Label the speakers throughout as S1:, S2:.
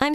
S1: I'm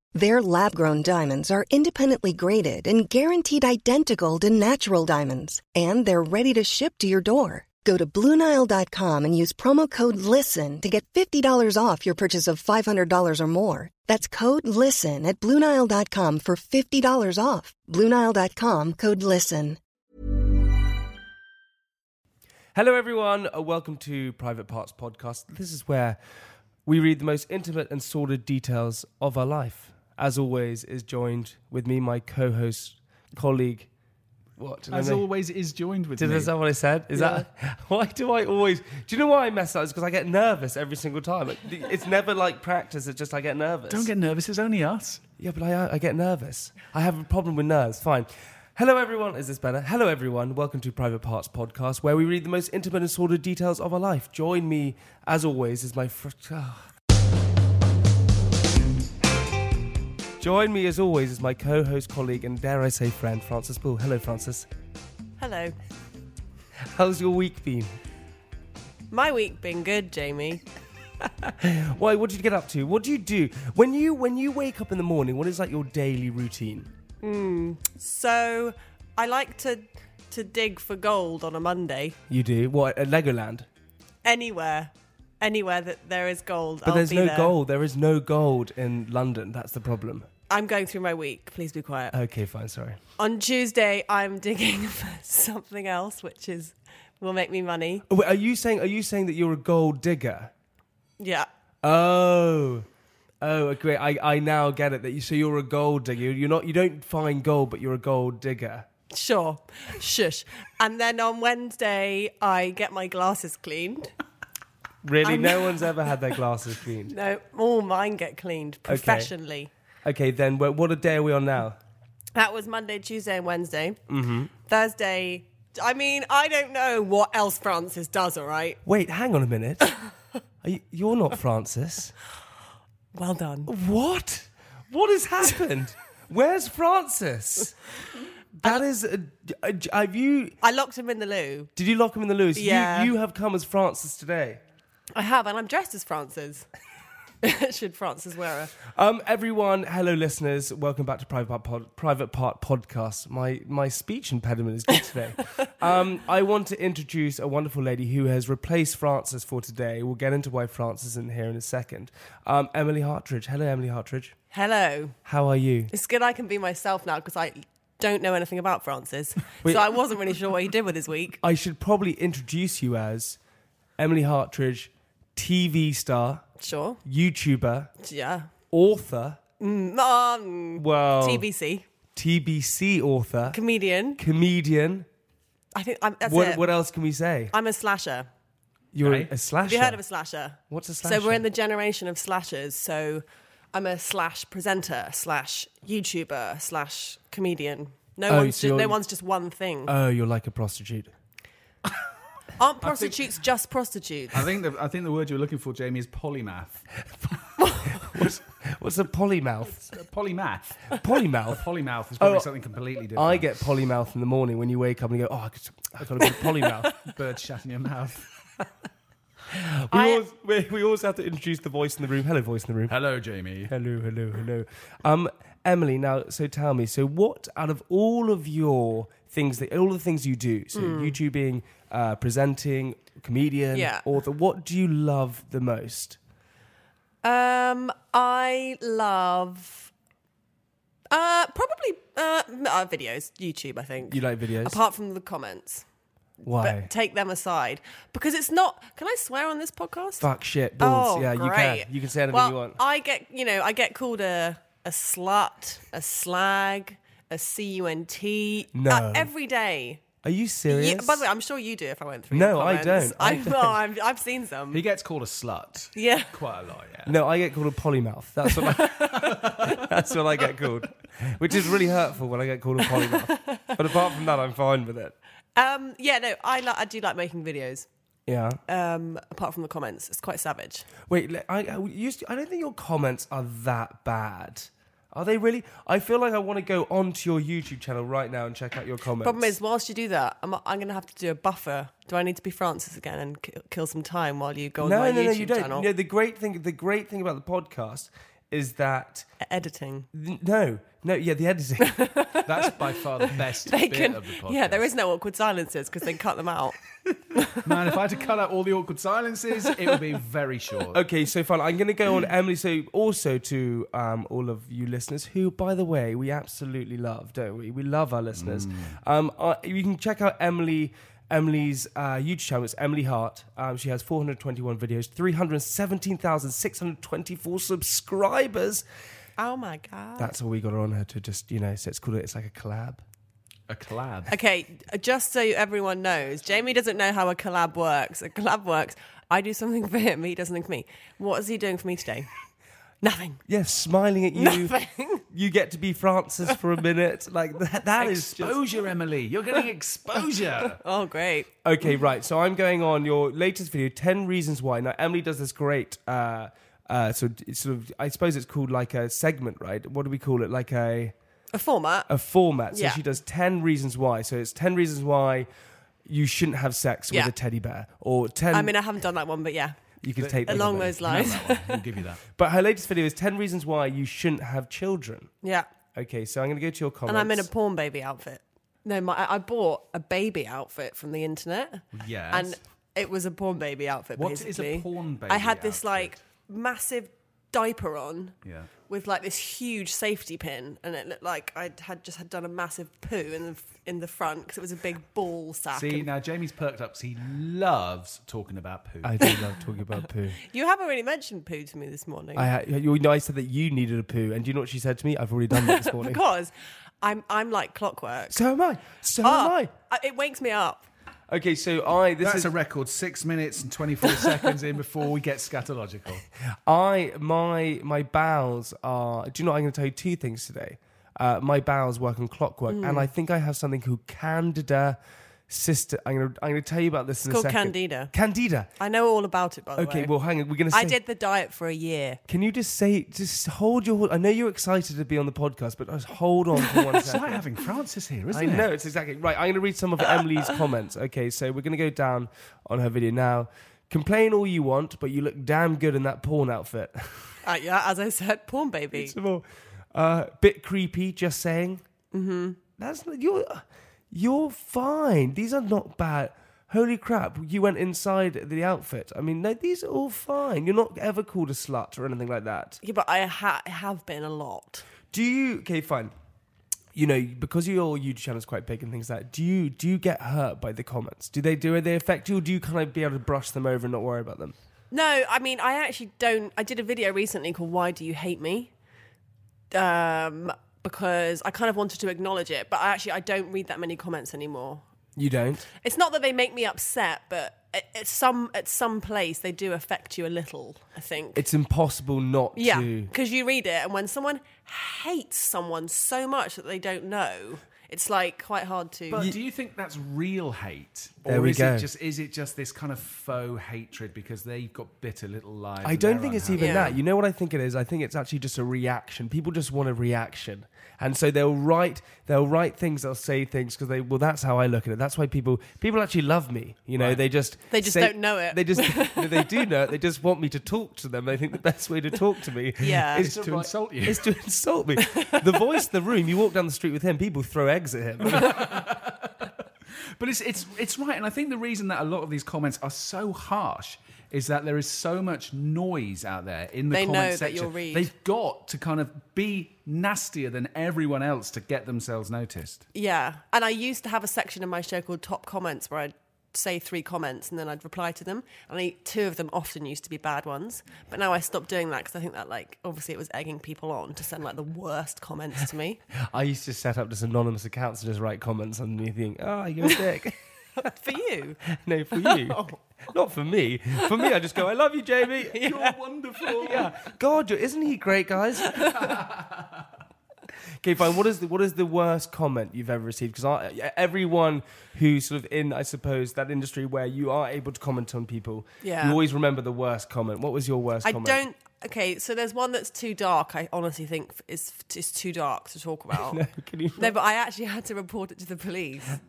S2: Their lab grown diamonds are independently graded and guaranteed identical to natural diamonds, and they're ready to ship to your door. Go to BlueNile.com and use promo code LISTEN to get $50 off your purchase of $500 or more. That's code LISTEN at BlueNile.com for $50 off. BlueNile.com code LISTEN.
S3: Hello, everyone. and Welcome to Private Parts Podcast. This is where we read the most intimate and sordid details of our life. As always, is joined with me, my co-host, colleague. What? Did I
S4: As
S3: make-
S4: always, it is joined with
S3: Did,
S4: me.
S3: is that what I said? Is that why do I always? Do you know why I mess up? It's because I get nervous every single time. It- It's never like practice. It's just I get nervous.
S4: Don't get nervous. It's only us.
S3: Yeah, but I, I get nervous. I have a problem with nerves. Fine. Hello, everyone. Is this better? Hello, everyone. Welcome to Private Parts Podcast, where we read the most intimate and sordid details of our life. Join me, as always, is my. Fr- ah. Join me, as always, is my co host, colleague, and dare I say friend, Francis Bull. Hello, Francis.
S5: Hello.
S3: How's your week been?
S5: My week been good, Jamie.
S3: Why? What did you get up to? What do you do when you when you wake up in the morning? What is like your daily routine?
S5: So I like to to dig for gold on a Monday.
S3: You do what at Legoland?
S5: Anywhere. Anywhere that there is gold.
S3: But
S5: I'll
S3: there's
S5: be
S3: no
S5: there.
S3: gold. There is no gold in London. That's the problem.
S5: I'm going through my week. Please be quiet.
S3: Okay, fine. Sorry.
S5: On Tuesday I'm digging for something else which is will make me money.
S3: Oh, wait, are you saying are you saying that you're a gold digger?
S5: Yeah.
S3: Oh, oh, great. I, I now get it. That you so you're a gold digger. You're not. You don't find gold, but you're a gold digger.
S5: Sure. Shush. And then on Wednesday I get my glasses cleaned.
S3: Really, no one's ever had their glasses cleaned.
S5: No, all mine get cleaned professionally.
S3: Okay, then wh- what a day are we on now?
S5: That was Monday, Tuesday, and Wednesday. Mm-hmm. Thursday. I mean, I don't know what else Francis does. All right.
S3: Wait, hang on a minute. Are you, you're not Francis.
S5: Well done.
S3: What? What has happened? Where's Francis? That is. A, a- have you?
S5: I locked him in the loo.
S3: Did you lock him in the loose?
S5: Yeah.
S3: You, you have come as Francis today.
S5: I have, and I'm dressed as Francis. Should Francis wear a?
S3: Um, everyone, hello, listeners. Welcome back to Private Part, Pod, Private Part Podcast. My my speech impediment is good today. um, I want to introduce a wonderful lady who has replaced Francis for today. We'll get into why Francis isn't here in a second. Um, Emily Hartridge. Hello, Emily Hartridge.
S5: Hello.
S3: How are you?
S5: It's good I can be myself now because I don't know anything about Francis, so I wasn't really sure what he did with his week.
S3: I should probably introduce you as Emily Hartridge, TV star,
S5: Sure.
S3: YouTuber,
S5: Yeah.
S3: author.
S5: Um,
S3: Well,
S5: TBC
S3: TBC author,
S5: comedian.
S3: comedian.
S5: I think I'm, that's
S3: What,
S5: it.
S3: what else can we say?
S5: I'm a slasher.
S3: You're
S4: Right.
S3: a slasher.
S5: Have you heard of a slasher?
S3: What's a
S5: So
S3: slasher?
S5: we're in the generation of slashers. So I'm a slash presenter, slash YouTuber, slash comedian. No
S3: Oh,
S5: one's
S3: so
S5: just,
S3: you're-
S5: no one's just one thing.
S3: Oh, you're like a prostitute.
S5: Aren't prostitutes just prostitutes?
S4: I think the I think the word you were looking for, Jamie, is polymath.
S3: What's, What's a polymouth?
S4: Polymath.
S3: Polymouth.
S4: Polymouth is probably
S3: Oh,
S4: something completely different.
S3: I get polymouth in the morning when you wake up and you go, oh, I could- I've got a bit of polymouth.
S4: bird shat in your mouth.
S3: we, always, we, we always have to introduce the voice in the room. Hello, voice in the room.
S4: Hello, Jamie.
S3: Hello, hello, hello. Um, Emily, now, so tell me, so what out of all of your things, that all the things you do, so YouTubing, uh, presenting, comedian,
S5: Hmm. Yeah.
S3: author, what do you love the most?
S5: Um, I love uh probably uh, m- uh videos, YouTube. I think
S3: You like videos?
S5: apart from the comments, but
S3: Why?
S5: take them aside because it's not. Can I swear on this podcast?
S3: Fuck shit, balls. yeah, you
S5: Oh, great.
S3: can. You can say anything
S5: well,
S3: you want.
S5: I get, you know, I get called a a slut, a slag, a cunt. uh,
S3: No.
S5: every day.
S3: Are you serious?
S5: You, by the way, I'm sure you do if I went through.
S3: No,
S5: your
S3: I
S5: comments.
S3: don't. I don't.
S5: well, I've, I've seen some.
S4: He gets called a slut.
S5: Yeah.
S4: Quite a lot, yeah.
S3: No, I get called a polymouth. That's what I, that's what I get called, which is really hurtful when I get called a polymouth. but apart from that, I'm fine with it.
S5: Um, yeah, no, I li- I do like making videos.
S3: Yeah.
S5: Um, apart from the comments, it's quite savage.
S3: Wait, le- I, I used to- I don't think your comments are that bad. Are they really? I feel like I want to go onto your YouTube channel right now and check out your comments.
S5: Problem is, whilst you do that, I'm, I'm going to have to do a buffer. Do I need to be Francis again and ki- kill some time while you go on
S3: no,
S5: my
S3: no, no,
S5: YouTube
S3: you don't.
S5: channel?
S3: No, the great thing, the great thing about the podcast is that
S5: E-, Editing.
S3: no, no, yeah, the editing.
S4: That's by far the best
S5: They
S4: bit
S5: can,
S4: of the podcast.
S5: yeah, there is no awkward silences because they cut them out.
S4: Man, if I had to cut out all the awkward silences, it would be very short.
S3: Okay, so fun. I'm going to go on Emily. So also to um, all of you listeners, who, by the way, we absolutely love, don't we? We love our listeners. Um, uh, you can check out Emily. Emily's uh, YouTube channel It's Emily Hart. Um, she has 421 videos, 317,624 subscribers.
S5: Oh my god.
S3: That's all we got on her to just, you know, so it's called it's like a collab.
S4: A collab.
S5: Okay, uh, just so everyone knows, Jamie doesn't know how a collab works. A collab works. I do something for him, he does something for me. What is he doing for me today? Nothing.
S3: Yes, smiling at you.
S5: Nothing.
S3: You get to be Francis for a minute. Like that, that is just
S4: exposure, Emily. You're getting exposure.
S5: Oh, great.
S3: Okay, right. So I'm going on your latest video, 10 Reasons Why. Now, Emily does this great, uh, uh, so it's sort of, I suppose it's called like a segment, right? What do we call it? Like a,
S5: A format.
S3: a format. So
S5: Yeah.
S3: she does 10 Reasons Why. So it's 10 Reasons Why you shouldn't have sex
S5: Yeah.
S3: with a teddy bear, or 10,
S5: I mean, I haven't done that one, but yeah,
S3: you can take
S5: along
S3: them.
S5: those lines.
S4: we'll give you that.
S3: But her latest video is 10 Reasons Why You Shouldn't Have Children.
S5: Yeah.
S3: Okay, so I'm going to go to your comments.
S5: And I'm in a porn baby outfit. No, my, I- I bought a baby outfit from the internet.
S4: Yes.
S5: And it was a porn baby outfit,
S4: What is a
S5: basically.
S4: porn baby
S5: I had
S4: outfit?
S5: this, like, massive diaper on.
S4: Yeah.
S5: with like this huge safety pin, and it looked like I had just had done a massive poo in the in the front because it was a big ball sack.
S4: See,
S5: And-
S4: now Jamie's perked up 'cause he loves talking about poo.
S3: I do love talking about poo.
S5: you haven't really mentioned poo to me this morning
S3: I, ha- you know, I said that you needed a poo, and do you know what she said to me? I've already done that this morning.
S5: because I'm I'm like clockwork.
S3: So am I. So am I.
S5: Oh, I- it wakes me up.
S3: Okay, so I this
S4: That's
S3: is
S4: a record six minutes and 24 seconds in before we get scatological.
S3: I my my bowels are. Do you know? what? I'm going to tell you two things today. Uh, my bowels work on clockwork,
S4: Mm.
S3: and I think I have something called Candida sister. I'm going to I'm going to tell you about this in
S5: called
S3: a second.
S5: Candida.
S3: Candida.
S5: I know all about it by
S4: Oh,
S5: the way.
S3: Okay, well, hang on. We're going to.
S5: I did the diet for a year.
S3: Can you just say? Just hold your. I know you're excited to be on the podcast, but just hold on for one
S4: It's like
S3: second.
S4: having Francis here, isn't
S3: I
S4: it?
S3: know it's exactly right. I'm going to read some of Emily's comments. Okay, so we're going to go down on her video now. Complain all you want, but you look damn good in that porn outfit.
S5: Uh, yeah, as I said, porn baby.
S3: Some more. Uh, bit creepy, just saying. Mm-hmm. That's not, you're you're fine. These are not bad. Holy crap! You went inside the outfit. I mean, no, these are all fine. You're not ever called a slut or anything like that.
S5: Yeah, but I ha- have been a lot.
S3: Do you? Okay, fine. You know, because your YouTube channel is quite big and things like that. Do you do you get hurt by the comments? Do they do they affect you, or do you kind of be able to brush them over and not worry about them?
S5: No, I mean, I actually don't. I did a video recently called "Why Do You Hate Me," um, because I kind of wanted to acknowledge it, but I actually I don't read that many comments anymore.
S3: You don't.
S5: It's not that they make me upset, but at, at some at some place they do affect you a little. I think.
S3: It's impossible not
S5: yeah,
S3: to.
S5: because you read it, and when someone hates someone so much that they don't know, it's like quite hard to.
S4: But do you think that's real hate?
S3: There
S4: or
S3: we
S4: is
S3: go.
S4: It just, is it just this kind of faux hatred because they've got bitter little lives?
S3: I
S4: and
S3: don't
S4: they're
S3: think it's
S4: unhappy?
S3: even
S5: Yeah.
S3: that. You know what I think it is? I think it's actually just a reaction. People just want a reaction. And so they'll write they'll write things, they'll say things because they well that's how I look at it. That's why people people actually love me. You know, they just
S5: They just
S3: say-
S5: don't know it.
S3: They just they do know it. They just want me to talk to them. They think the best way to talk to me
S5: Yeah.
S3: is
S4: Is to
S3: write-
S4: insult you.
S3: Is to insult me. The voice, the room, you walk down the street with him, people throw eggs at him.
S4: But it's it's it's right, and I think the reason that a lot of these comments are so harsh is that there is so much noise out there in the
S5: They
S4: comment
S5: know that
S4: section.
S5: you'll read.
S4: They've got to kind of be nastier than everyone else to get themselves noticed.
S5: Yeah. And I used to have a section in my show called Top Comments where I'd say three comments and then I'd reply to them. And I, two of them often used to be bad ones. But now I stopped doing that because I think that, like, obviously it was egging people on to send, like, the worst comments to me.
S3: I used to set up just anonymous accounts and just write comments underneath think, oh, you're a dick.
S5: For you.
S3: No, for you. Not for me. For me, I just go, I love you, Jamie.
S4: You're wonderful.
S3: Yeah. God, you're- isn't he great, guys? okay, fine. What is the what is the worst comment you've ever received? Because everyone who's sort of in, I suppose, that industry where you are able to comment on people,
S5: Yeah.
S3: you always remember the worst comment. What was your worst
S5: I
S3: comment?
S5: don't. Okay, so there's one that's too dark. I honestly think is is too dark to talk about. no,
S3: Can you
S5: but I actually had to report it to the police.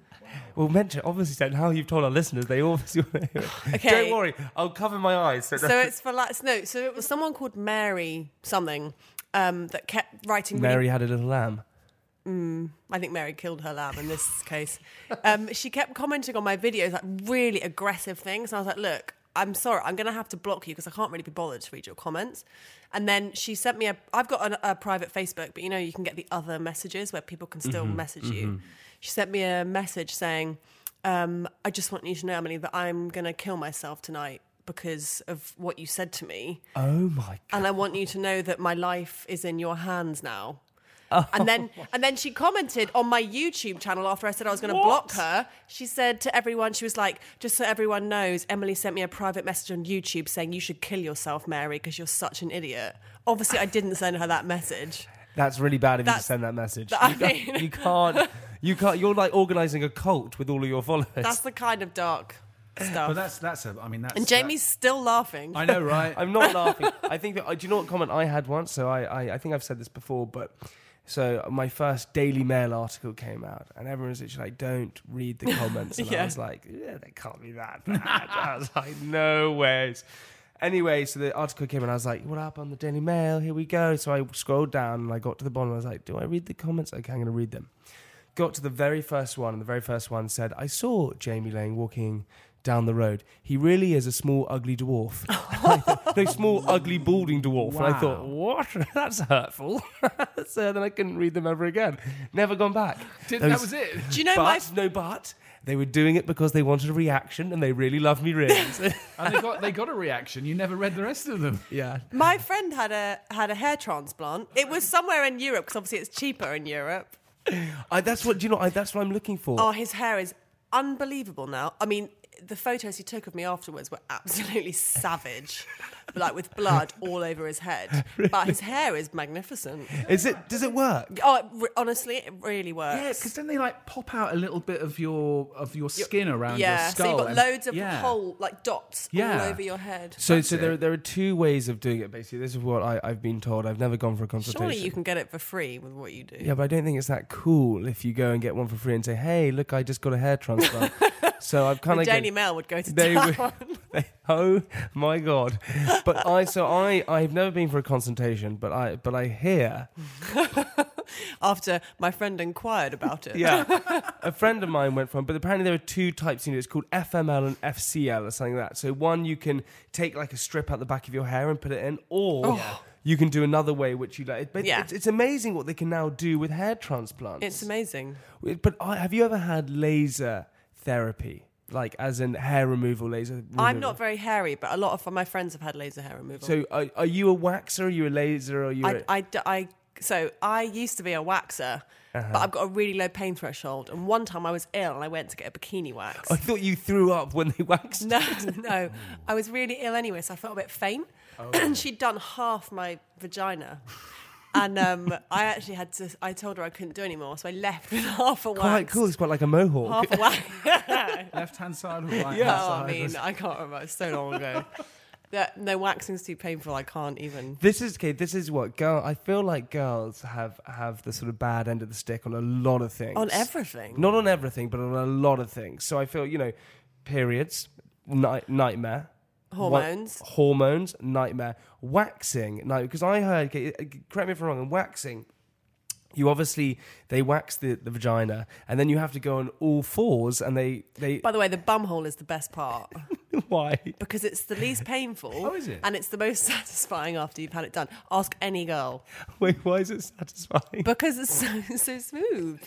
S3: Well, mention obviously so now you've told our listeners they obviously want to hear it.
S5: Okay.
S3: Don't worry, I'll cover my eyes. So,
S5: so it's for like no. So it was someone called Mary something um, that kept writing. really
S3: Mary had a little lamb.
S5: I think Mary killed her lamb in this case. Um, she kept commenting on my videos, like really aggressive things. And I was like, look, I'm sorry, I'm going to have to block you because I can't really be bothered to read your comments. And then she sent me a, I've got an, a private Facebook, but you know, you can get the other messages where people can still message you. She sent me a message saying, um, I just want you to know, Emily, that I'm going to kill myself tonight because of what you said to me
S3: Oh my god.
S5: and I want you to know that my life is in your hands now.
S4: Oh.
S5: And then, and then she commented on my YouTube channel after I said I was going to block her. She said to everyone, she was like, "Just so everyone knows, Emily sent me a private message on YouTube saying you should kill yourself, Mary, because you're such an idiot." Obviously, I didn't send her that message.
S3: That's really bad if you
S5: That's-
S3: send that message.
S5: I
S3: you, can't,
S5: mean-
S3: you can't. You can't. You're like organising a cult with all of your followers.
S5: That's the kind of dark
S4: But
S5: stuff.
S4: Oh, that's that's a. I mean that's.
S5: and Jamie's still laughing.
S4: that- I know, right?
S3: I'm not laughing. I think. That, uh, do you know what comment I had once? So I, I, I think I've said this before, but so my first Daily Mail article came out, and everyone was literally like, "Don't read the comments." And I
S5: Yeah.
S3: was like, "Yeah, they can't be that bad." I was like, "No ways." Anyway, so the article came and I was like, "What up on the Daily Mail? Here we go." So I scrolled down and I got to the bottom. And I was like, "Do I read the comments? Okay, I'm going to read them." got to the very first one, and the very first one said, I saw Jamie Lang walking down the road. He really is a small, ugly dwarf. And I thought, no, small, ugly, balding dwarf. And I thought, what? That's hurtful. so then I couldn't read them ever again. Never gone back.
S4: Did- that was it.
S5: Do you know
S3: but,
S5: my
S3: No, but they were doing it because they wanted a reaction and they really loved me really. So-
S4: And they got they got a reaction. You never read the rest of them.
S3: yeah.
S5: my friend had a had a hair transplant? It was somewhere in Europe because obviously it's cheaper in Europe.
S3: I, that's what, do you know, I, that's what I'm looking for.
S5: Oh, his hair is unbelievable now. I mean, the photos he took of me afterwards were absolutely savage, like with blood all over his head. But his hair is magnificent.
S3: Is it, does it work?
S5: Oh, it re- honestly, it really works.
S4: Yeah, because then they like pop out a little bit of your of your skin around
S5: Yeah,
S4: your skull.
S5: so you've got
S4: and-
S5: loads of
S4: Yeah.
S5: hole, like dots
S4: Yeah.
S5: all over your head.
S3: So, so
S4: it.
S3: there, there are two ways of doing it. Basically, this is what I, I've been told. I've never gone for a consultation.
S5: Surely you can get it for free with what you do.
S3: Yeah, but I don't think it's that cool if you go and get one for free and say, "Hey, look, I just got a hair transplant." so I've kind
S5: the
S3: of
S5: Daily Mail would go to
S3: They
S5: town.
S3: would- They- oh my god! But I so I I've never been for a consultation, but I but I hear
S5: after my friend inquired about it.
S3: yeah a friend of mine went from. But apparently there are two types. You know, it's called FML and FCL or something like that. So one you can take like a strip out the back of your hair and put it in, or. You can do another way, which you like. But
S5: Oh. Yeah.
S3: it's, it's amazing what they can now do with hair transplants.
S5: It's amazing.
S3: Wait, But I, have you ever had laser therapy, like as in hair removal laser?
S5: I'm
S3: removal?
S5: not very hairy, but a lot of my friends have had laser hair removal.
S3: So are, are you a waxer? Are you a laser? Are you?
S5: I,
S3: a-
S5: I d- I- so I used to be a waxer,
S3: Uh-huh.
S5: but I've got a really low pain threshold. And one time I was ill and I went to get a bikini wax.
S3: I thought you threw up when they waxed.
S5: no, no,
S3: Hmm.
S5: I
S3: Oh.
S5: was really ill anyway, so I felt a bit faint. and she'd done half my vagina. And um, I actually had to, I told her I couldn't do anymore, so I left with half a wax.
S3: Quite cool. It's quite like a mohawk.
S5: Half a wax.
S4: Left hand side or right
S5: Oh,
S4: hand
S5: I
S4: side?
S5: mean, I can't remember. It's so long ago. That, no, waxing's too painful. I can't even.
S3: This is okay. This is what girl. I feel like girls have have the sort of bad end of the stick on a lot of things.
S5: On everything.
S3: Not on everything, but on a lot of things. So I feel you know, periods, night, nightmare.
S5: Hormones.
S3: Wa- hormones, nightmare. Waxing, nightmare. Because I heard. okay, uh, Correct me if I'm wrong. And waxing. You obviously they wax the, the vagina, and then you have to go on all fours, and they they
S5: By the way, the bum hole is the best part
S3: why
S5: because it's the least painful.
S4: Oh, is it?
S5: And it's the most satisfying after you've had it done. Ask any girl
S3: wait why is it satisfying?
S5: because it's so, so smooth.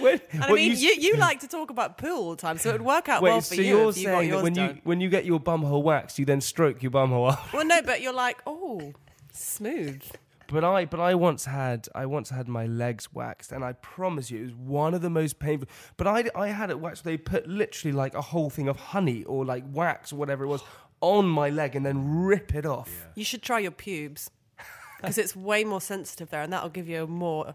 S3: When-
S5: And I
S3: what
S5: mean,
S3: s-
S5: you, you like to talk about poo all the time, so it would work out
S3: Wait,
S5: well for
S3: so
S5: you
S3: are
S5: if you got
S3: saying
S5: yours
S3: that when
S5: done.
S3: you when you get your bumhole waxed, you then stroke your bumhole up.
S5: Well, no, but you're like, oh, smooth.
S3: But I but I once had I once had my legs waxed, and I promise you, it was one of the most painful. But I I had it waxed. They put literally like a whole thing of honey or like wax or whatever it was on my leg, and then rip it off.
S5: You should try your pubes because it's way more sensitive there, and that'll give you a more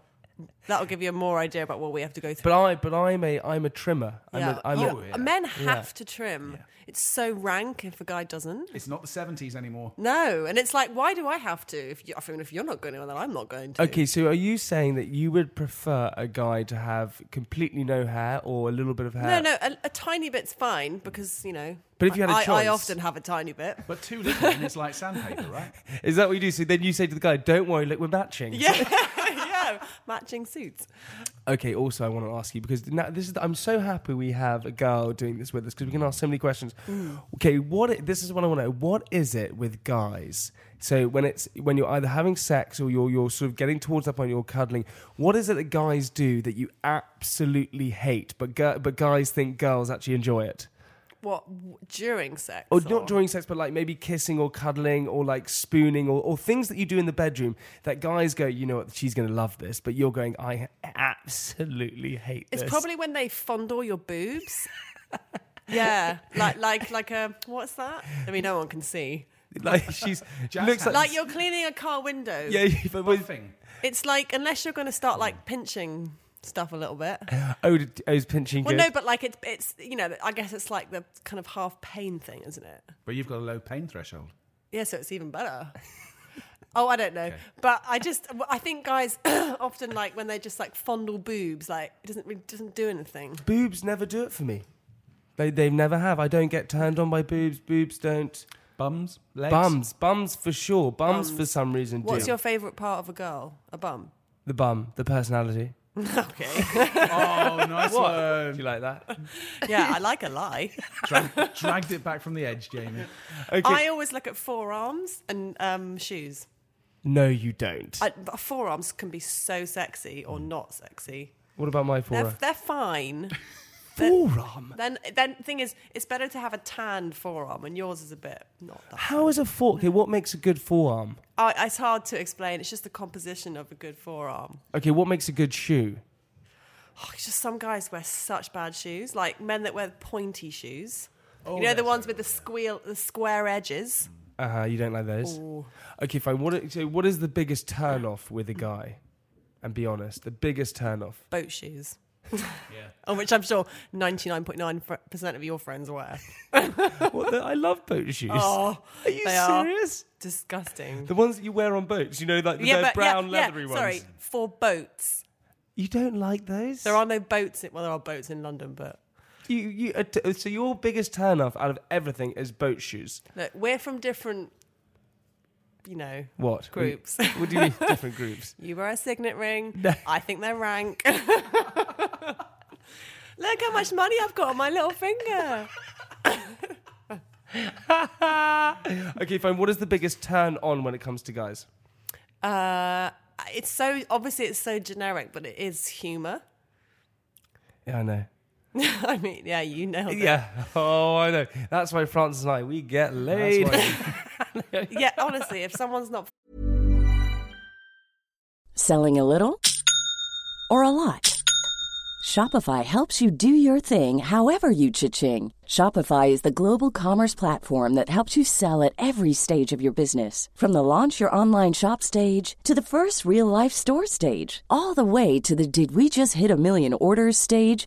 S5: that'll give you a more idea about what we have to go through.
S3: But I but I'm a I'm a trimmer. I'm a, I'm
S5: Oh,
S3: a,
S5: Men have to trim. It's so rank if a guy doesn't.
S4: It's not the 70s anymore.
S5: No, and it's like, why do I have to? If you, I mean, if you're not going to, then I'm not going to.
S3: Okay, so are you saying that you would prefer a guy to have completely no hair or a little bit of
S5: No,
S3: hair?
S5: no, a, a tiny bit's fine because you know.
S3: uh, But if you had a
S5: I- I, I
S3: choice-
S5: often have a tiny bit.
S4: But too little, and it's like sandpaper, right?
S3: Is that what you do? So then you say to the guy, "Don't worry, look, we're matching."
S5: Yeah, yeah, matching suits.
S3: Okay. Also, I want to ask you because now this is. I'm so happy we have a girl doing this with us because we can ask so many questions. Okay. What? i- This is what I want to know. What is it with guys? So when it's when you're either having sex or you're you're sort of getting towards that point, you're cuddling. What is it that guys do that you absolutely hate, but gu- but guys think girls actually enjoy it?
S5: What w- during sex?
S3: Or Oh, not during sex, but like maybe kissing or cuddling or like spooning or, or things that you do in the bedroom that guys go, you know what, she's going to love this, but you're going, I absolutely hate
S5: It's
S3: this.
S5: probably when they fondle your boobs. yeah, like like like a what's that? I mean, no one can see.
S3: Like she's
S4: Jazz
S3: looks like,
S4: hands.
S5: Like you're cleaning a car window.
S3: Uh, yeah, but with,
S4: Buffing.
S5: It's like unless you're going to start like pinching stuff a little bit.
S3: oh, did- oh, is pinching
S5: Well,
S3: good?
S5: no, but like it's it's you know I guess it's like the kind of half pain thing, isn't it?
S4: But you've got a low pain threshold.
S5: Yeah, so it's even better. oh, I don't know, but I just I think guys often like when they just like fondle boobs, like it doesn't really doesn't do anything.
S3: boobs never do it for me. They they never have. I don't get turned on by boobs. Boobs don't.
S4: Bums, legs.
S3: Bums, bums for sure. Bums, for some reason
S5: What's
S3: do.
S5: your favourite part of a girl? A bum.
S3: the bum, the personality.
S5: Okay.
S4: Oh, nice
S3: Do
S4: one.
S3: you like that?
S5: yeah, I like a lie.
S4: Drag, dragged it back from the edge, Jamie.
S5: I always look at forearms and um, shoes.
S3: No, you don't.
S5: I, but forearms can be so sexy
S3: Mm.
S5: or not sexy.
S3: what about my
S5: They're,
S3: forearm?
S5: they're fine.
S3: Forearm.
S5: Then, then thing is, it's better to have a tanned forearm, and yours is a bit not that.
S3: How is a four? Okay, what makes a good forearm?
S5: I, it's hard to explain. It's just the composition of a good forearm.
S3: Okay, what makes a good shoe?
S5: Oh, it's just some guys wear such bad shoes, like men that wear pointy shoes.
S4: Oh,
S5: you know the
S4: that's
S5: ones with the squeal, the square edges.
S3: Uh huh. You don't like those. Okay, fine. What? So, what is the biggest turn off with a guy? And be honest, the biggest turn off.
S5: Boat shoes. yeah. On which I'm sure 99.9% of your friends wear.
S3: What the, I love boat shoes.
S5: Oh,
S3: are you
S5: they are.
S3: serious?
S5: Disgusting.
S3: The ones that you wear on boats, you know, like the
S5: yeah,
S3: they're
S5: but yeah,
S3: brown
S5: yeah,
S3: leathery ones.
S5: Sorry, for boats.
S3: You don't like those.
S5: There are no boats. In, well, there are boats in London, but
S3: You, you, uh, t- so your biggest turn off out of everything is boat shoes.
S5: look, we're from different, you know,
S3: What
S5: Groups.
S3: What, do you mean different groups?
S5: You wear a signet ring. I think they're rank. Look how much money I've got on my little finger.
S3: Okay, fine. What is the biggest turn on when it comes to guys?
S5: Uh, it's so obviously it's so generic, but it is humor.
S3: Yeah, I know.
S5: I mean, yeah, you nailed it.
S3: Yeah. Oh, I know. That's why Francis and I we get laid.
S5: yeah. Honestly, if someone's not
S6: Selling a little or a lot?
S7: Shopify helps you do your thing however you cha-ching. Shopify is the global commerce platform that helps you sell at every stage of your business. From the launch your online shop stage to the first real life store stage, all the way to the did we just hit a million orders stage.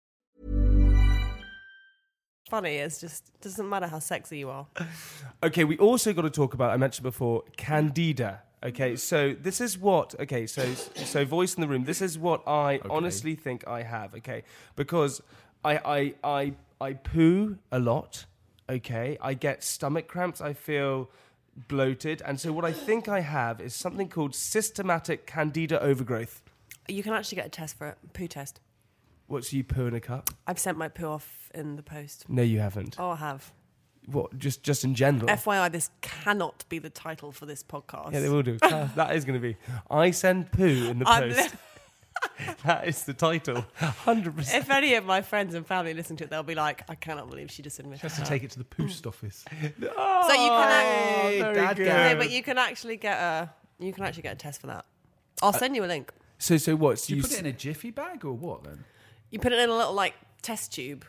S5: Funny is just doesn't matter how sexy you are.
S3: Okay, we also got to talk about I mentioned before Candida. Okay, so this is what okay, so so voice in the room. This is what I honestly think I have. Okay, because I I I I poo a lot. Okay, I get stomach cramps. I feel bloated, and so what I think I have is something called systematic Candida overgrowth.
S5: You can actually get a test for it, poo test.
S3: What's you poo in a cup?
S5: I've sent my poo off in the post.
S3: No, you haven't.
S5: Oh, I have.
S3: What? Just just in general.
S5: FYI, this cannot be the title for this podcast.
S3: Oh. Yeah, they will do. that is going to be. I send poo in the
S5: I'm
S3: post. that is the title. Hundred percent.
S5: If any of my friends and family listen to it, they'll be like, "I cannot believe she just admitted."
S4: Just to
S5: that."
S4: take it to the post office.
S5: So you can,
S3: Oh,
S5: act-
S3: very
S4: Dad
S3: good.
S4: gag.
S5: no, but you can actually get a you can actually get a test for that. I'll send you a link.
S3: So so what? So
S4: Do you
S3: you
S4: put
S3: s-
S4: it in a jiffy bag or what then?
S5: You put it in a little like test tube.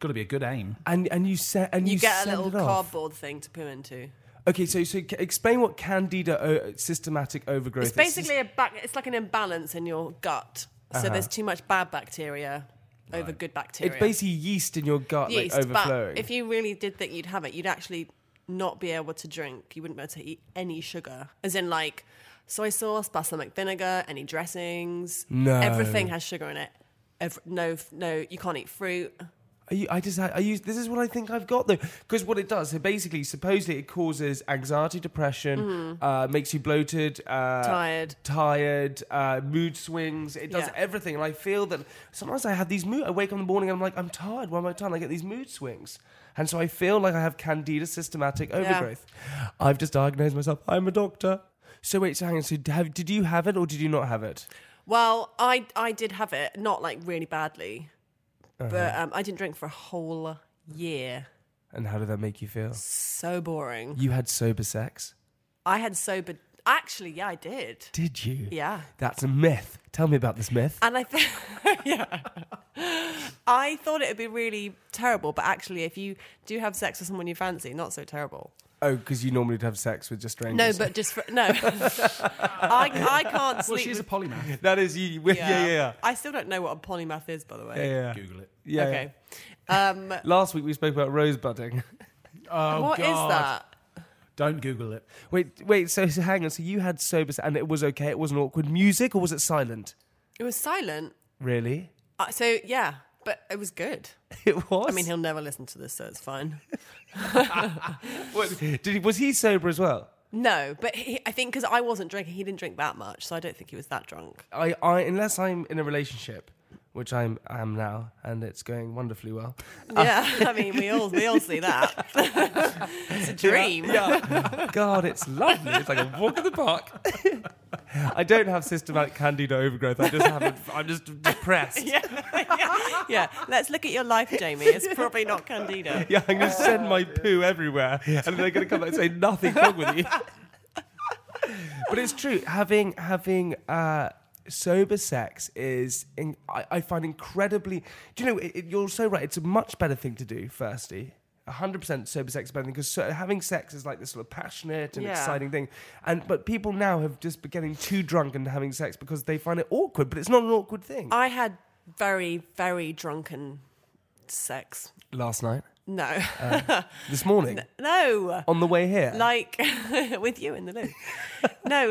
S4: Got to be a good aim.
S3: and and you set and
S5: You,
S3: you,
S5: get a
S3: send
S5: little
S3: it off.
S5: cardboard thing to poo into.
S3: Okay, so so c- explain what Candida o- systematic overgrowth.
S5: It's basically a back. It's like an imbalance in your gut. So there's too much bad bacteria over good bacteria.
S3: it's basically yeast in your gut
S5: yeast.
S3: like overflowing.
S5: but if you really did think you'd have it, you'd actually not be able to drink. You wouldn't be able to eat any sugar, as in like soy sauce, balsamic vinegar, any dressings.
S3: No.
S5: everything has sugar in it. Ev- no, no, you can't eat fruit.
S3: Are you, I just I use this is what I think I've got though because what it does so basically supposedly it causes anxiety depression uh, makes you bloated uh,
S5: Mm. Tired.
S3: tired uh, mood swings it does
S5: Yeah.
S3: everything and I feel that sometimes I have these mood I wake up in the morning and I'm like I'm tired why am I tired I get these mood swings and so I feel like I have candida systematic overgrowth I've just diagnosed myself I'm a doctor so wait so hang on so have, did you have it or did you not have it
S5: Well, I I did have it, not like really badly,
S3: Uh-huh.
S5: but um, I didn't drink for a whole year.
S3: and how did that make you feel
S5: So boring.
S3: you had sober sex
S5: I had sober. Actually, yeah, I did.
S3: did you
S5: Yeah.
S3: That's a myth. Tell me about this myth.
S5: And I think, yeah, I thought it would be really terrible, but actually, if you do have sex with someone you fancy, not so terrible.
S3: Oh, because you normally would have sex with just
S5: No,
S3: strangers.
S5: but just for, no, I, I can't
S4: Well,
S5: sleep.
S4: she's a
S5: with-
S4: polymath.
S3: that is you. Yeah, yeah, yeah.
S5: I still don't know what a polymath is, by the way.
S3: yeah.
S4: Google it.
S3: Yeah, yeah.
S5: okay. Um, what is
S3: Last week we spoke about rose budding.
S4: Oh, God.
S5: that?
S4: Don't Google it.
S3: Wait, wait. So, so hang on. So you had sober, se- and it was okay. It wasn't awkward. Music, or was it silent?
S5: It was silent.
S3: Really?
S5: Uh, so yeah, but it was good.
S3: It was.
S5: I mean, he'll never listen to this, so it's fine.
S3: What- did he, was he sober as well?
S5: No, but he, I think because I wasn't drinking, he didn't drink that much, so I don't think he was that drunk.
S3: I, I, unless I'm in a relationship which I'm am now, and it's going wonderfully well.
S5: Yeah,
S3: Uh,
S5: I mean, we all we all see that. it's a dream.
S3: Yeah. God, it's lovely. It's like a walk in the park. I don't have systematic candida overgrowth. I just haven't. I'm just depressed. Yeah,
S5: yeah. yeah. Let's look at your life, Jamie. It's probably not candida.
S3: I'm going to send my poo everywhere, and they're going to come back and say nothing's wrong with you. but it's true. Having having uh, sober sex is, in, I, I find incredibly. Do you know? It, it- you're so right. It's a much better thing to do. Firstly. 100% sober sex is better because so, having sex is like this sort of passionate and
S5: Yeah.
S3: exciting thing and but people now have just been getting too drunk and having sex because they find it awkward but it's not an awkward thing
S5: I had very very drunken sex.
S3: last night
S5: No,
S3: Uh. this morning
S5: no.
S3: on the way here
S5: Like with you in the loo. No,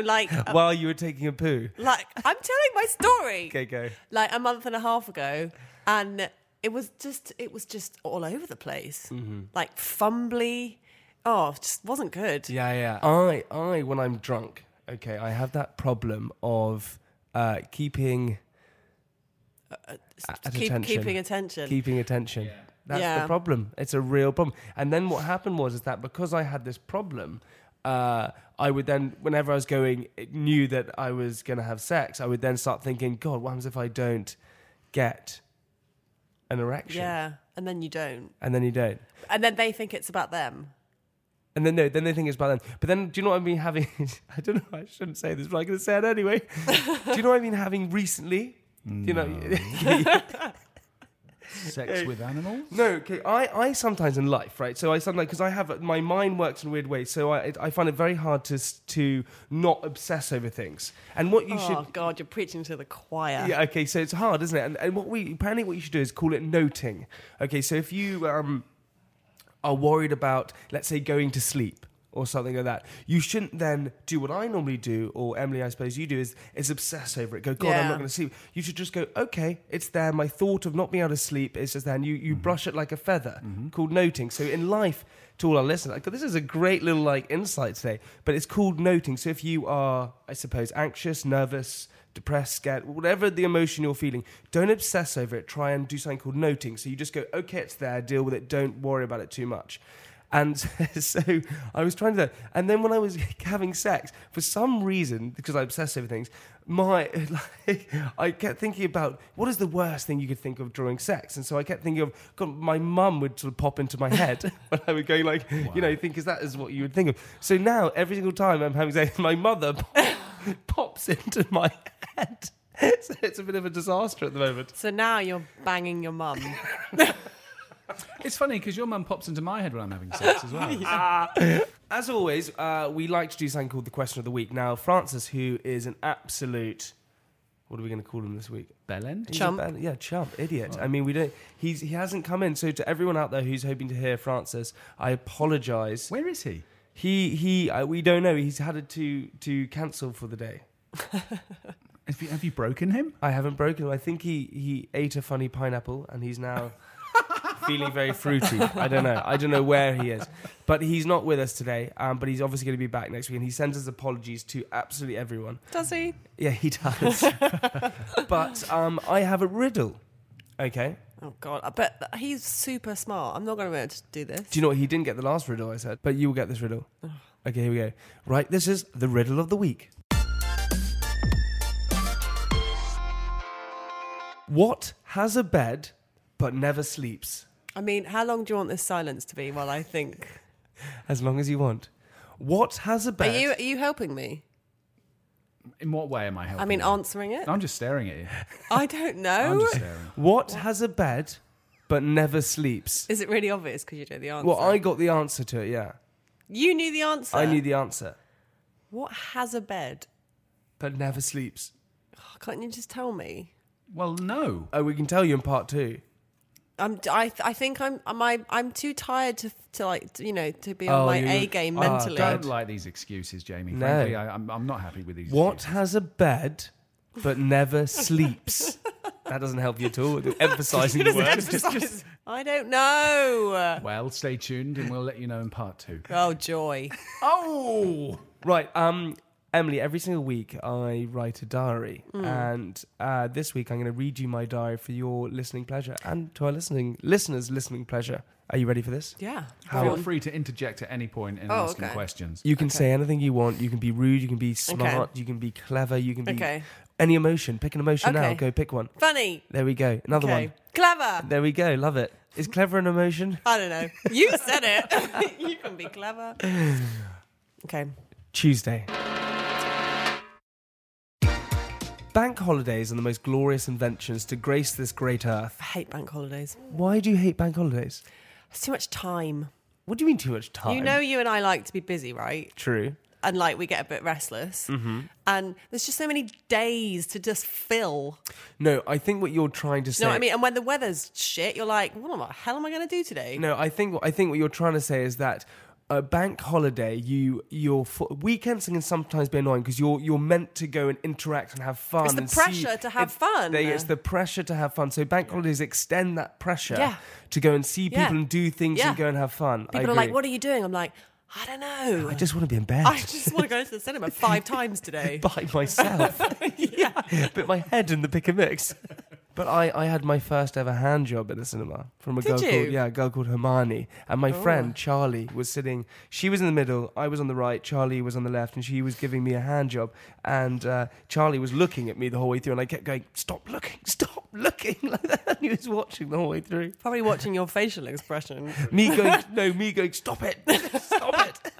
S5: like uh,
S3: while you were taking a poo
S5: like I'm telling my story.
S3: okay go
S5: like a month and a half ago, and it was just it was just all over the place,
S3: Mm-hmm.
S5: like fumbly. Oh, it just wasn't good.
S3: Yeah, yeah. I, I, when I'm drunk, okay, I have that problem of uh, keeping at
S5: Keep,
S3: attention.
S5: Keeping attention.
S3: Keeping attention. That's
S5: Yeah.
S3: the problem. It's a real problem. And then what happened was is that because I had this problem, uh, I would then, whenever I was going, it knew that I was going to have sex. I would then start thinking, God, what happens if I don't get an erection?
S5: yeah, and then you don't,
S3: And then you don't.
S5: and then they think it's about them.
S3: And then no, then they think it's about them. But then, do you know what I've been having? I don't know. I shouldn't say this, but I'm going to say it anyway. do you know what I've been having recently? Do you know?
S4: Sex with animals?
S3: no. Okay. I, I sometimes in life, right? So I sometimes because I have my mind works in a weird way, so I it- I find it very hard to s- to not obsess over things. And what you
S5: oh
S3: should.
S5: God, you're preaching to the choir.
S3: Yeah, okay, so it's hard, isn't it? And, and what we apparently what you should do is call it noting. Okay, so if you um, are worried about, let's say, going to sleep or something like that, you shouldn't then do what I normally do, or Emily, I suppose you do, is, is obsess over it. Go, God, I'm
S5: Yeah.
S3: not going to sleep. You should just go, okay, it's there. My thought of not being able to sleep is just there. And you, you brush it like a feather called noting. So in life, to all our listeners, like, this is a great little like insight today, but it's called noting. So if you are, I suppose, anxious, nervous, depressed, scared, whatever the emotion you're feeling, don't obsess over it. Try and do something called noting. So you just go, okay, it's there, deal with it, don't worry about it too much. And so I was trying to do that. And then when I was having sex, for some reason, because I obsess over things, my like, I kept thinking about what is the worst thing you could think of during sex. And so I kept thinking of God, my mum would sort of pop into my head when I would go like, you know, think is that is what you would think of. So now every single time I'm having sex, my mother pops into my head. So it's a bit of a disaster at the moment.
S5: So now you're banging your mum.
S4: It's funny because your mum pops into my head when I'm having sex as well.
S3: As always, uh, we like to do something called the question of the week. Now, Francis, who is an absolute, what are we going to call him this week?
S4: Bellend?
S3: He's a
S5: Chump.
S3: bad- yeah, chump, idiot. I mean, we don't. He's he hasn't come in. So to everyone out there who's hoping to hear Francis, I apologise.
S4: Where is he?
S3: He he. Uh, we don't know. He's had to to cancel for the day.
S4: Have you, have you broken him?
S3: I haven't broken him. I think he he ate a funny pineapple and he's now feeling very fruity. I don't know. I don't know where he is, but he's not with us today. Um, but he's obviously going to be back next week, and he sends his apologies to absolutely everyone.
S5: Does he?
S3: Yeah, he does. but um, I have a riddle. Okay.
S5: Oh God, I bet that- he's super smart. I'm not going to be able to do this.
S3: Do you know what? He didn't get the last riddle I said, but you will get this riddle. Okay, here we go. Right, this is the riddle of the week. What has a bed but never sleeps?
S5: I mean, how long do you want this silence to be while I think?
S3: As long as you want. What has a
S5: Are
S3: bed?
S5: you are you helping me?
S4: In what way am I helping?
S5: I mean,
S4: you?
S5: answering it.
S4: I'm just staring at you.
S5: I don't
S4: I'm
S5: know.
S4: just staring.
S3: What has a bed but never sleeps?
S5: Is it really obvious because you know the answer?
S3: Well, I got the answer to it, yeah.
S5: you knew the answer.
S3: I knew the answer.
S5: What has a bed?
S3: But never sleeps.
S5: Oh, can't you just tell me?
S4: Well, no.
S3: Oh, we can tell you in part two.
S5: I'm. I. th- I think I'm. Am I, I'm too tired to to like. to, You know, to be on
S3: Oh,
S5: my
S3: you-
S5: A game
S3: ah,
S5: mentally.
S3: Bed.
S4: Don't like these excuses, Jamie.
S3: No.
S4: Frankly, I, I'm, I'm not happy with these.
S3: What
S4: excuses.
S3: has a bed but never sleeps? That doesn't help you at all. Emphasizing the word.
S5: I don't know.
S4: Well, stay tuned, and we'll let you know in part two.
S5: Oh joy!
S4: Oh,
S3: Right. Um. Emily, every single week I write a diary,
S5: Mm.
S3: and uh, this week I'm going to read you my diary for your listening pleasure and to our listening listeners' listening pleasure. Are you ready for this?
S5: Yeah.
S4: Feel free to interject at any point in
S5: Oh,
S4: asking
S5: okay.
S4: questions.
S3: You can say anything you want. You can be rude. You can be smart. You can be clever. You can be
S5: Okay.
S3: any emotion. Pick an emotion now.
S5: Okay.
S3: Go pick one.
S5: Funny.
S3: There we go. Another
S5: Okay.
S3: one.
S5: Clever.
S3: There we go. Love it. Is clever an emotion?
S5: I don't know. You said it. you can be clever. Okay.
S3: Tuesday. Bank holidays are the most glorious inventions to grace this great earth.
S5: I hate bank holidays.
S3: Why do you hate bank holidays?
S5: It's too much time.
S3: What do you mean too much time?
S5: You know, you and I like to be busy, right?
S3: True.
S5: And like we get a bit restless.
S3: Mm-hmm.
S5: And there's just so many days to just fill.
S3: No, I think what you're trying to say.
S5: You know what I mean? And when the weather's shit, you're like, what the hell am I going to do today?
S3: No, I think I think what you're trying to say is that a bank holiday, you your fo- weekends can sometimes be annoying because you're you're meant to go and interact and have fun.
S5: It's the
S3: and see-
S5: pressure to have
S3: it's-
S5: fun.
S3: they- it's the pressure to have fun. So bank holidays extend that pressure
S5: Yeah.
S3: to go and see people
S5: Yeah.
S3: and do things
S5: Yeah.
S3: and go and have fun.
S5: People are like, what are you doing? I'm like, I don't know.
S3: I just want to be in bed.
S5: I just want to go to the cinema five times today.
S3: by myself.
S5: yeah.
S3: Put my head in the pick and mix. But I, I had my first ever hand job at the cinema from a
S5: Did
S3: girl
S5: you? Oh.
S3: called yeah, a girl called Hermione. And my friend Charlie was sitting she was in the middle, I was on the right, Charlie was on the left, and she was giving me a hand job. And uh, Charlie was looking at me the whole way through and I kept going, Stop looking, stop looking like that. And he was watching the whole way through.
S5: Probably watching your facial expression.
S3: Me going no, me going, Stop it, stop it.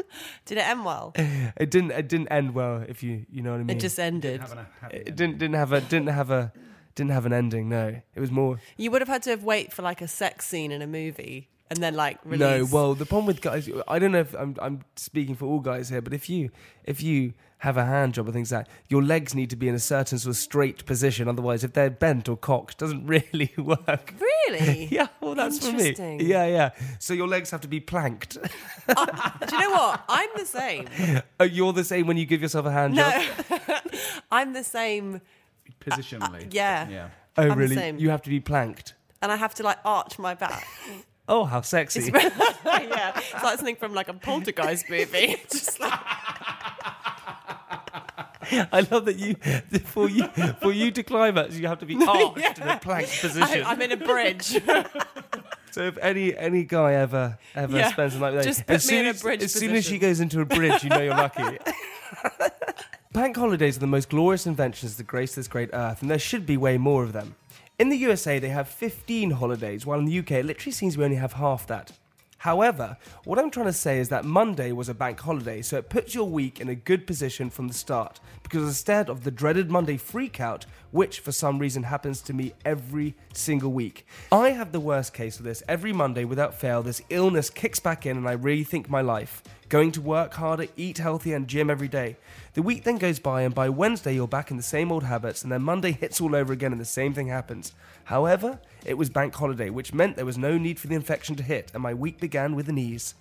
S5: Did it end well?
S3: It didn't it didn't end well if you you know what I mean.
S5: It just ended.
S3: it didn't didn't have a didn't have a didn't have an ending. No, it was more
S5: You would have had to have wait for like a sex scene in a movie and then like release.
S3: no. Well, the problem with guys, I don't know if I'm I'm speaking for all guys here, but if you if you have a hand job or things like that, your legs need to be in a certain sort of straight position. Otherwise, if they're bent or cocked, doesn't really work.
S5: really?
S3: Yeah, well, that's for me.
S5: Interesting.
S3: Yeah, yeah. So your legs have to be planked.
S5: Do you know what? I'm the same.
S3: Oh, You're the same when you give yourself a hand job.
S5: I'm the same,
S4: Positionally.
S5: yeah.
S4: Yeah.
S3: Oh,
S5: I'm the
S3: really?
S5: same.
S3: You have to be planked.
S5: and I have to like arch my back.
S3: Oh, how sexy!
S5: yeah, it's like something from like a poltergeist movie. It's Just like
S3: I love that you for you for you to climax you have to be arched in a plank
S5: I,
S3: position.
S5: I'm in a bridge.
S3: so if any any guy ever ever
S5: Yeah.
S3: spends a night with
S5: Just
S3: you-
S5: put
S3: as
S5: me
S3: soon
S5: in a
S3: as,
S5: bridge
S3: as soon as
S5: position.
S3: she goes into a bridge, you know you're lucky. Bank holidays are the most glorious inventions that grace this great earth, and there should be way more of them. In the USA, they have 15 holidays, while in the UK, it literally seems we only have half that. However, what I'm trying to say is that Monday was a bank holiday, so it puts your week in a good position from the start, because instead of the dreaded Monday freakout, which for some reason happens to me every single week, I have the worst case of this. Every Monday, without fail, this illness kicks back in and I rethink my life going to work harder, eat healthy, and gym every day. The week then goes by, and by Wednesday, you're back in the same old habits, and then Monday hits all over again, and the same thing happens. However, it was bank holiday, which meant there was no need for the infection to hit, and my week began with an ease.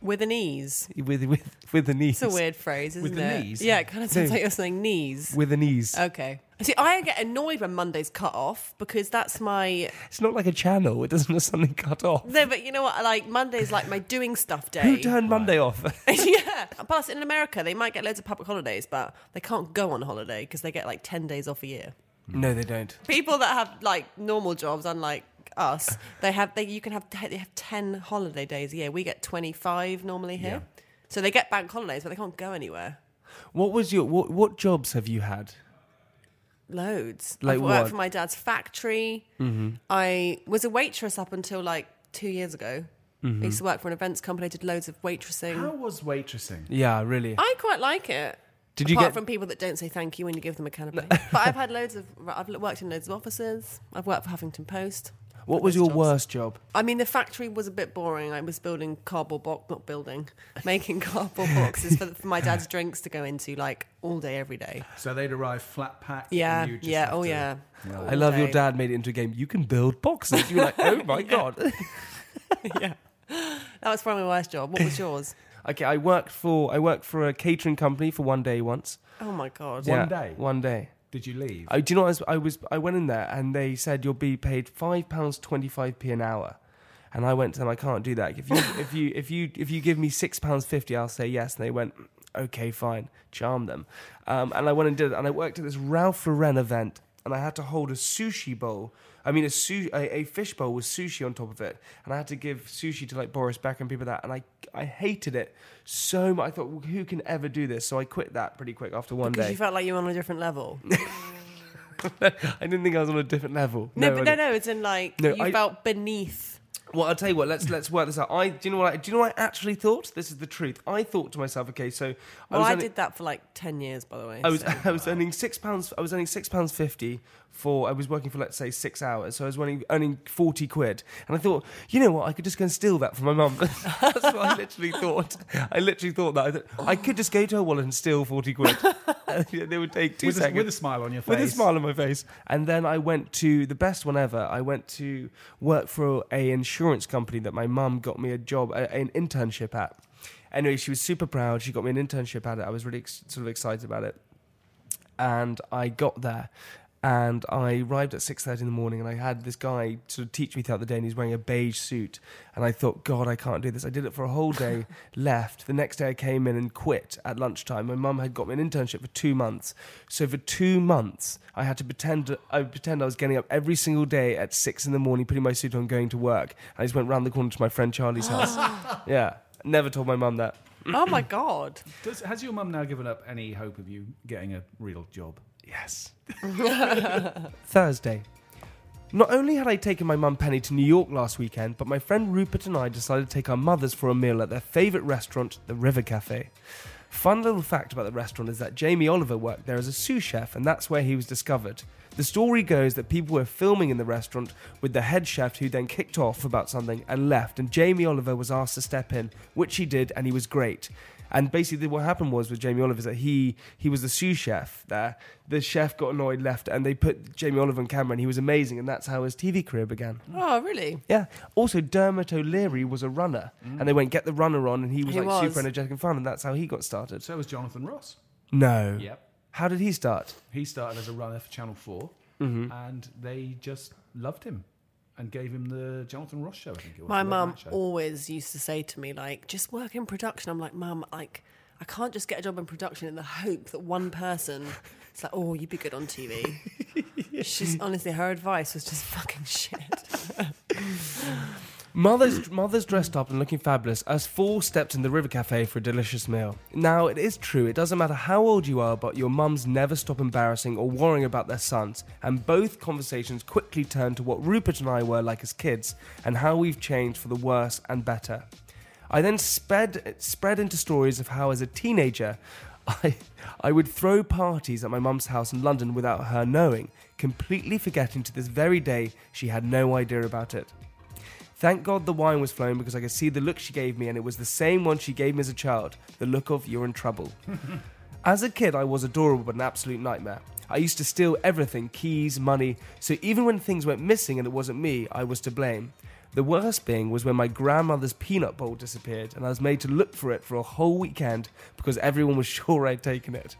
S5: With an ease.
S3: With, with, with an ease.
S5: It's a weird phrase, isn't
S4: With the
S5: it?
S4: knees?
S5: Yeah, it kind of sounds
S3: No.
S5: like you're saying knees.
S3: With an ease.
S5: Okay. See, I get annoyed when Monday's cut off because that's my
S3: it's not like a channel, it doesn't have something cut off.
S5: no. But you know what? Like Monday's like my doing stuff day.
S3: Who turned Monday off?
S5: Hmm. yeah. Plus, in America, they might get loads of public holidays, but they can't go on holiday because they get like 10 days off a year.
S3: no, they don't.
S5: People that have like normal jobs, unlike us, they have, they, you can have, they have 10 holiday days a year. We get 25 normally here. So they get bank holidays, but they can't go anywhere.
S3: What was your what, what jobs have you had?
S5: Loads.
S3: Like
S5: I've worked
S3: what?
S5: for my dad's factory. I was a waitress up until like two years ago. I used to work for an events company, did loads of waitressing.
S4: How was waitressing?
S3: Yeah, really.
S5: I quite like it.
S3: Did you
S5: Apart
S3: get-
S5: from people that don't say thank you when you give them a can of paint. but I've had loads of. I've worked in loads of offices. I've worked for Huffington Post.
S3: what was your
S5: Those jobs.
S3: worst job?
S5: I mean, the factory was a bit boring. I was building cardboard box, not building, making cardboard boxes for, for my dad's drinks to go into like all day, every day.
S4: So they'd arrive flat packed.
S5: Yeah,
S4: and you just
S5: yeah,
S4: have
S5: oh
S4: to-
S5: yeah.
S3: I love your
S5: day.
S3: dad made it into a game. You can build boxes. You were like, oh my god.
S5: yeah, that was probably my worst job. What was yours?
S3: Okay, I worked for I worked for a catering company for one day once.
S5: Oh my god.
S4: One day?
S3: One day.
S4: Did you leave?
S3: I, do you know what I was, I was? I went in there and they said you'll be paid five pounds twenty five p an hour, and I went to them. I can't do that. If you if you if you if you give me six pounds fifty, I'll say yes. And they went, okay, fine, charm them. Um, and I went and did it. And I worked at this Ralph Lauren event, and I had to hold a sushi bowl. I mean, a, su- a, a fish bowl with sushi on top of it, and I had to give sushi to like Boris Becker and people like that, and I I hated it so much. I thought, well, who can ever do this? So I quit that pretty quick after one
S5: Because
S3: day.
S5: you felt like you were on a different level.
S3: I didn't think I was on a different level.
S5: No,
S3: I
S5: but no,
S3: didn't.
S5: no. It's in like
S3: No,
S5: you
S3: I-
S5: felt beneath.
S3: Well, I'll tell you what. Let's let's work this out. I do you know what? I, do you know what I actually thought? This is the truth. I thought to myself, okay, so
S5: Well, Oh, I,
S3: only-
S5: did that for like ten years, by the way.
S3: I was
S5: so-
S3: I was earning six pounds. I was earning six pounds fifty for. I was working for let's say six hours, so I was earning, earning forty quid. And I thought, you know what? I could just go and steal that from my mum. That's what I literally thought. I literally thought that. I, thought, I could just go to her wallet and steal forty quid. they would take two
S4: With a,
S3: seconds
S4: with a smile on your face.
S3: with a smile on my face. And then I went to the best one ever. I went to work for a insurance company that my mum got me a job, a, an internship at. Anyway, she was super proud. She got me an internship at it. I was really ex- sort of excited about it. And I got there. And I arrived at six thirty in the morning, and I had this guy sort of teach me throughout the day, and he's wearing a beige suit. And I thought, God, I can't do this. I did it for a whole day, left. The next day, I came in and quit at lunchtime. My mum had got me an internship for two months, so for two months, I had to pretend I would pretend I was getting up every single day at six in the morning, putting my suit on, going to work. I just went round the corner to my friend Charlie's house. yeah, never told my mum that.
S5: oh my god!
S4: Does, has your mum now given up any hope of you getting a real job?
S3: Yes. Thursday. Not only had I taken my mum Penny to New York last weekend, but my friend Rupert and I decided to take our mothers for a meal at their favourite restaurant, the River Cafe. Fun little fact about the restaurant is that Jamie Oliver worked there as a sous chef, and that's where he was discovered. The story goes that people were filming in the restaurant with the head chef who then kicked off about something and left, and Jamie Oliver was asked to step in, which he did, and he was great. And basically, what happened was with Jamie Oliver is that he he was the sous chef there. The chef got annoyed, left, and they put Jamie Oliver on camera, and he was amazing. And that's how his TV career began.
S5: Oh really?
S3: Yeah. Also, Dermot O'Leary was a runner, and they went get the runner on, and he was
S5: Mm. He
S3: like
S5: was.
S3: super energetic and fun, and that's how he got started.
S4: So was Jonathan Ross.
S3: No.
S4: Yep.
S3: How did he start?
S4: He started as a runner for Channel 4,
S3: Mm-hmm.
S4: and they just loved him and gave him the Jonathan Ross show, I think it was.
S5: My
S4: Love
S5: mum
S4: that show.
S5: always used to say to me, like, just work in production. I'm like, mum, like, I can't just get a job in production in the hope that one person. It's like, oh, you'd be good on TV. She's honestly, her advice was just fucking shit.
S3: Mothers, mothers dressed up and looking fabulous as four stepped in the River Cafe for a delicious meal. Now, it is true, it doesn't matter how old you are, but your mums never stop embarrassing or worrying about their sons, and both conversations quickly turn to what Rupert and I were like as kids and how we've changed for the worse and better. I then sped spread into stories of how, as a teenager, I, I would throw parties at my mum's house in London without her knowing, completely forgetting to this very day she had no idea about it. Thank God the wine was flowing because I could see the look she gave me, and it was the same one she gave me as a child the look of you're in trouble. as a kid, I was adorable but an absolute nightmare. I used to steal everything keys, money, so even when things went missing and it wasn't me, I was to blame. The worst being was when my grandmother's peanut bowl disappeared, and I was made to look for it for a whole weekend because everyone was sure I'd taken it.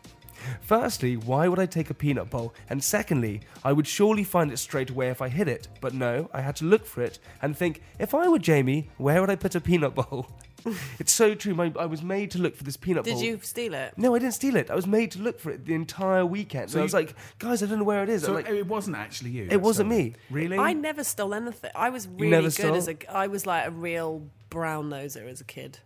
S3: Firstly, why would I take a peanut bowl? And secondly, I would surely find it straight away if I hid it. But no, I had to look for it and think, if I were Jamie, where would I put a peanut bowl? it's so true. My, I was made to look for this peanut
S5: Did
S3: bowl.
S5: you steal it?
S3: No, I didn't steal it. I was made to look for it the entire weekend. So
S4: you-
S3: I was like, guys, I don't know where it is.
S4: So
S3: I'm like,
S4: it wasn't actually you.
S3: it wasn't
S4: so-
S3: me. Really?
S5: I never stole anything. I was really
S3: never
S5: good
S3: stole?
S5: as a. I was like a real brown noser as a kid.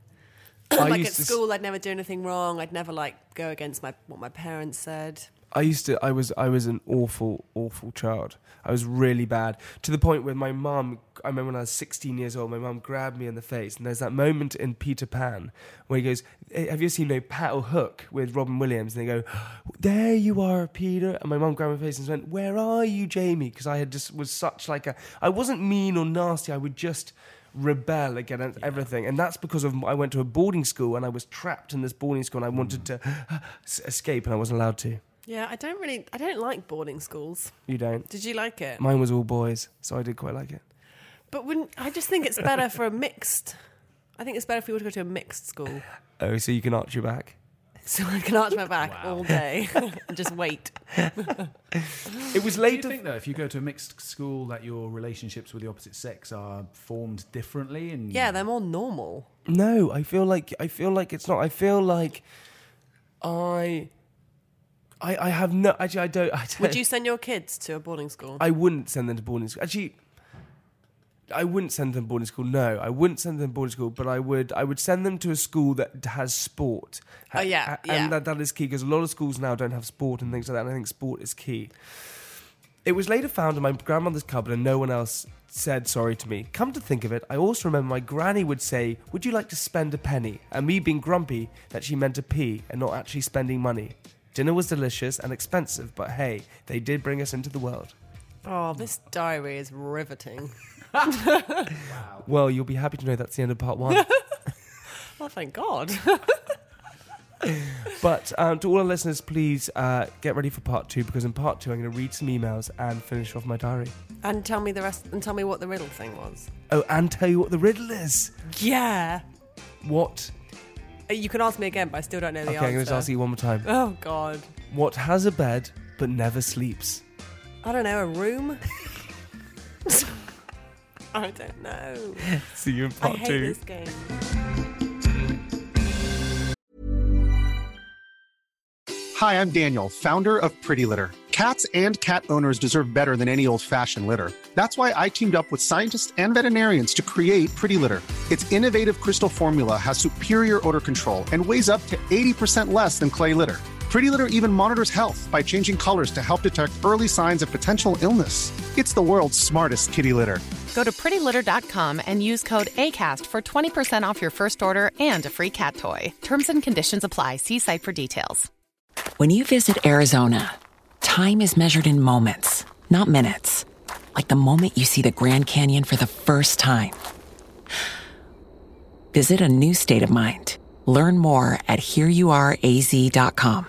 S3: I
S5: like
S3: used
S5: at
S3: to s-
S5: school, I'd never do anything wrong. I'd never like go against my what my parents said.
S3: I used to. I was. I was an awful, awful child. I was really bad to the point where my mum. I remember when I was 16 years old, my mum grabbed me in the face, and there's that moment in Peter Pan where he goes, "Eh, "Have you seen no paddle hook with Robin Williams?" And they go, "Oh, "There you are, Peter." And my mum grabbed my face and went, "Where are you, Jamie?" Because I had just was such like a. I wasn't mean or nasty. I would just rebel against everything and that's because of I went to a boarding school and I was trapped in this boarding school and I wanted to s- escape and I wasn't allowed to
S5: Yeah, I don't really. I don't like boarding schools.
S3: you don't
S5: Did you like it?
S3: Mine was all boys, so I did quite like it.
S5: But wouldn't I just think it's better for a mixed? I think it's better if you were to go to a mixed school,
S3: Oh, so you can arch your back.
S5: so I can arch my back all day and just wait.
S3: It was
S4: Do you
S3: later.
S4: think, though, if you go to a mixed school, that your relationships with the opposite sex are formed differently? And
S5: Yeah, they're more normal.
S3: No, I feel like I feel like it's not. I feel like I, I, I have no. Actually, I don't. I don't
S5: Would you send your kids to a boarding school?
S3: I wouldn't send them to boarding school. Actually, I wouldn't send them to boarding school. No, I wouldn't send them to boarding school. But I would. I would send them to a school that has sport.
S5: Oh, yeah,
S3: and
S5: yeah.
S3: that that is key because a lot of schools now don't have sport and things like that. And I think sport is key. It was later found in my grandmother's cupboard, and no one else said sorry to me. Come to think of it, I also remember my granny would say, "Would you like to spend a penny?" and me being grumpy that she meant a pee and not actually spending money. Dinner was delicious and expensive, but hey, they did bring us into the world.
S5: oh, this diary is riveting.
S3: Well, you'll be happy to know that's the end of part one.
S5: Oh, thank God.
S3: but um, to all our listeners, please uh, get ready for part two because in part two, I'm going to read some emails and finish off my diary.
S5: and tell me the rest. And tell me what the riddle thing was.
S3: Oh, and tell you what the riddle is.
S5: Yeah.
S3: What?
S5: You can ask me again, but I still don't know the
S3: okay,
S5: answer.
S3: I'm going to ask you one more time.
S5: Oh God.
S3: What has a bed but never sleeps?
S5: I don't know. A room. I don't know.
S3: See you in
S5: I
S3: part
S5: hate
S3: two.
S5: this game.
S8: Hi, I'm Daniel, founder of Pretty Litter. Cats and cat owners deserve better than any old fashioned litter. That's why I teamed up with scientists and veterinarians to create Pretty Litter. Its innovative crystal formula has superior odor control and weighs up to 80% less than clay litter. Pretty Litter even monitors health by changing colors to help detect early signs of potential illness. It's the world's smartest kitty litter.
S9: Go to prettylitter.com and use code ACAST for 20% off your first order and a free cat toy. Terms and conditions apply. See site for details.
S10: When you visit Arizona, time is measured in moments, not minutes. Like the moment you see the Grand Canyon for the first time. Visit a new state of mind. Learn more at hereyouareaz.com.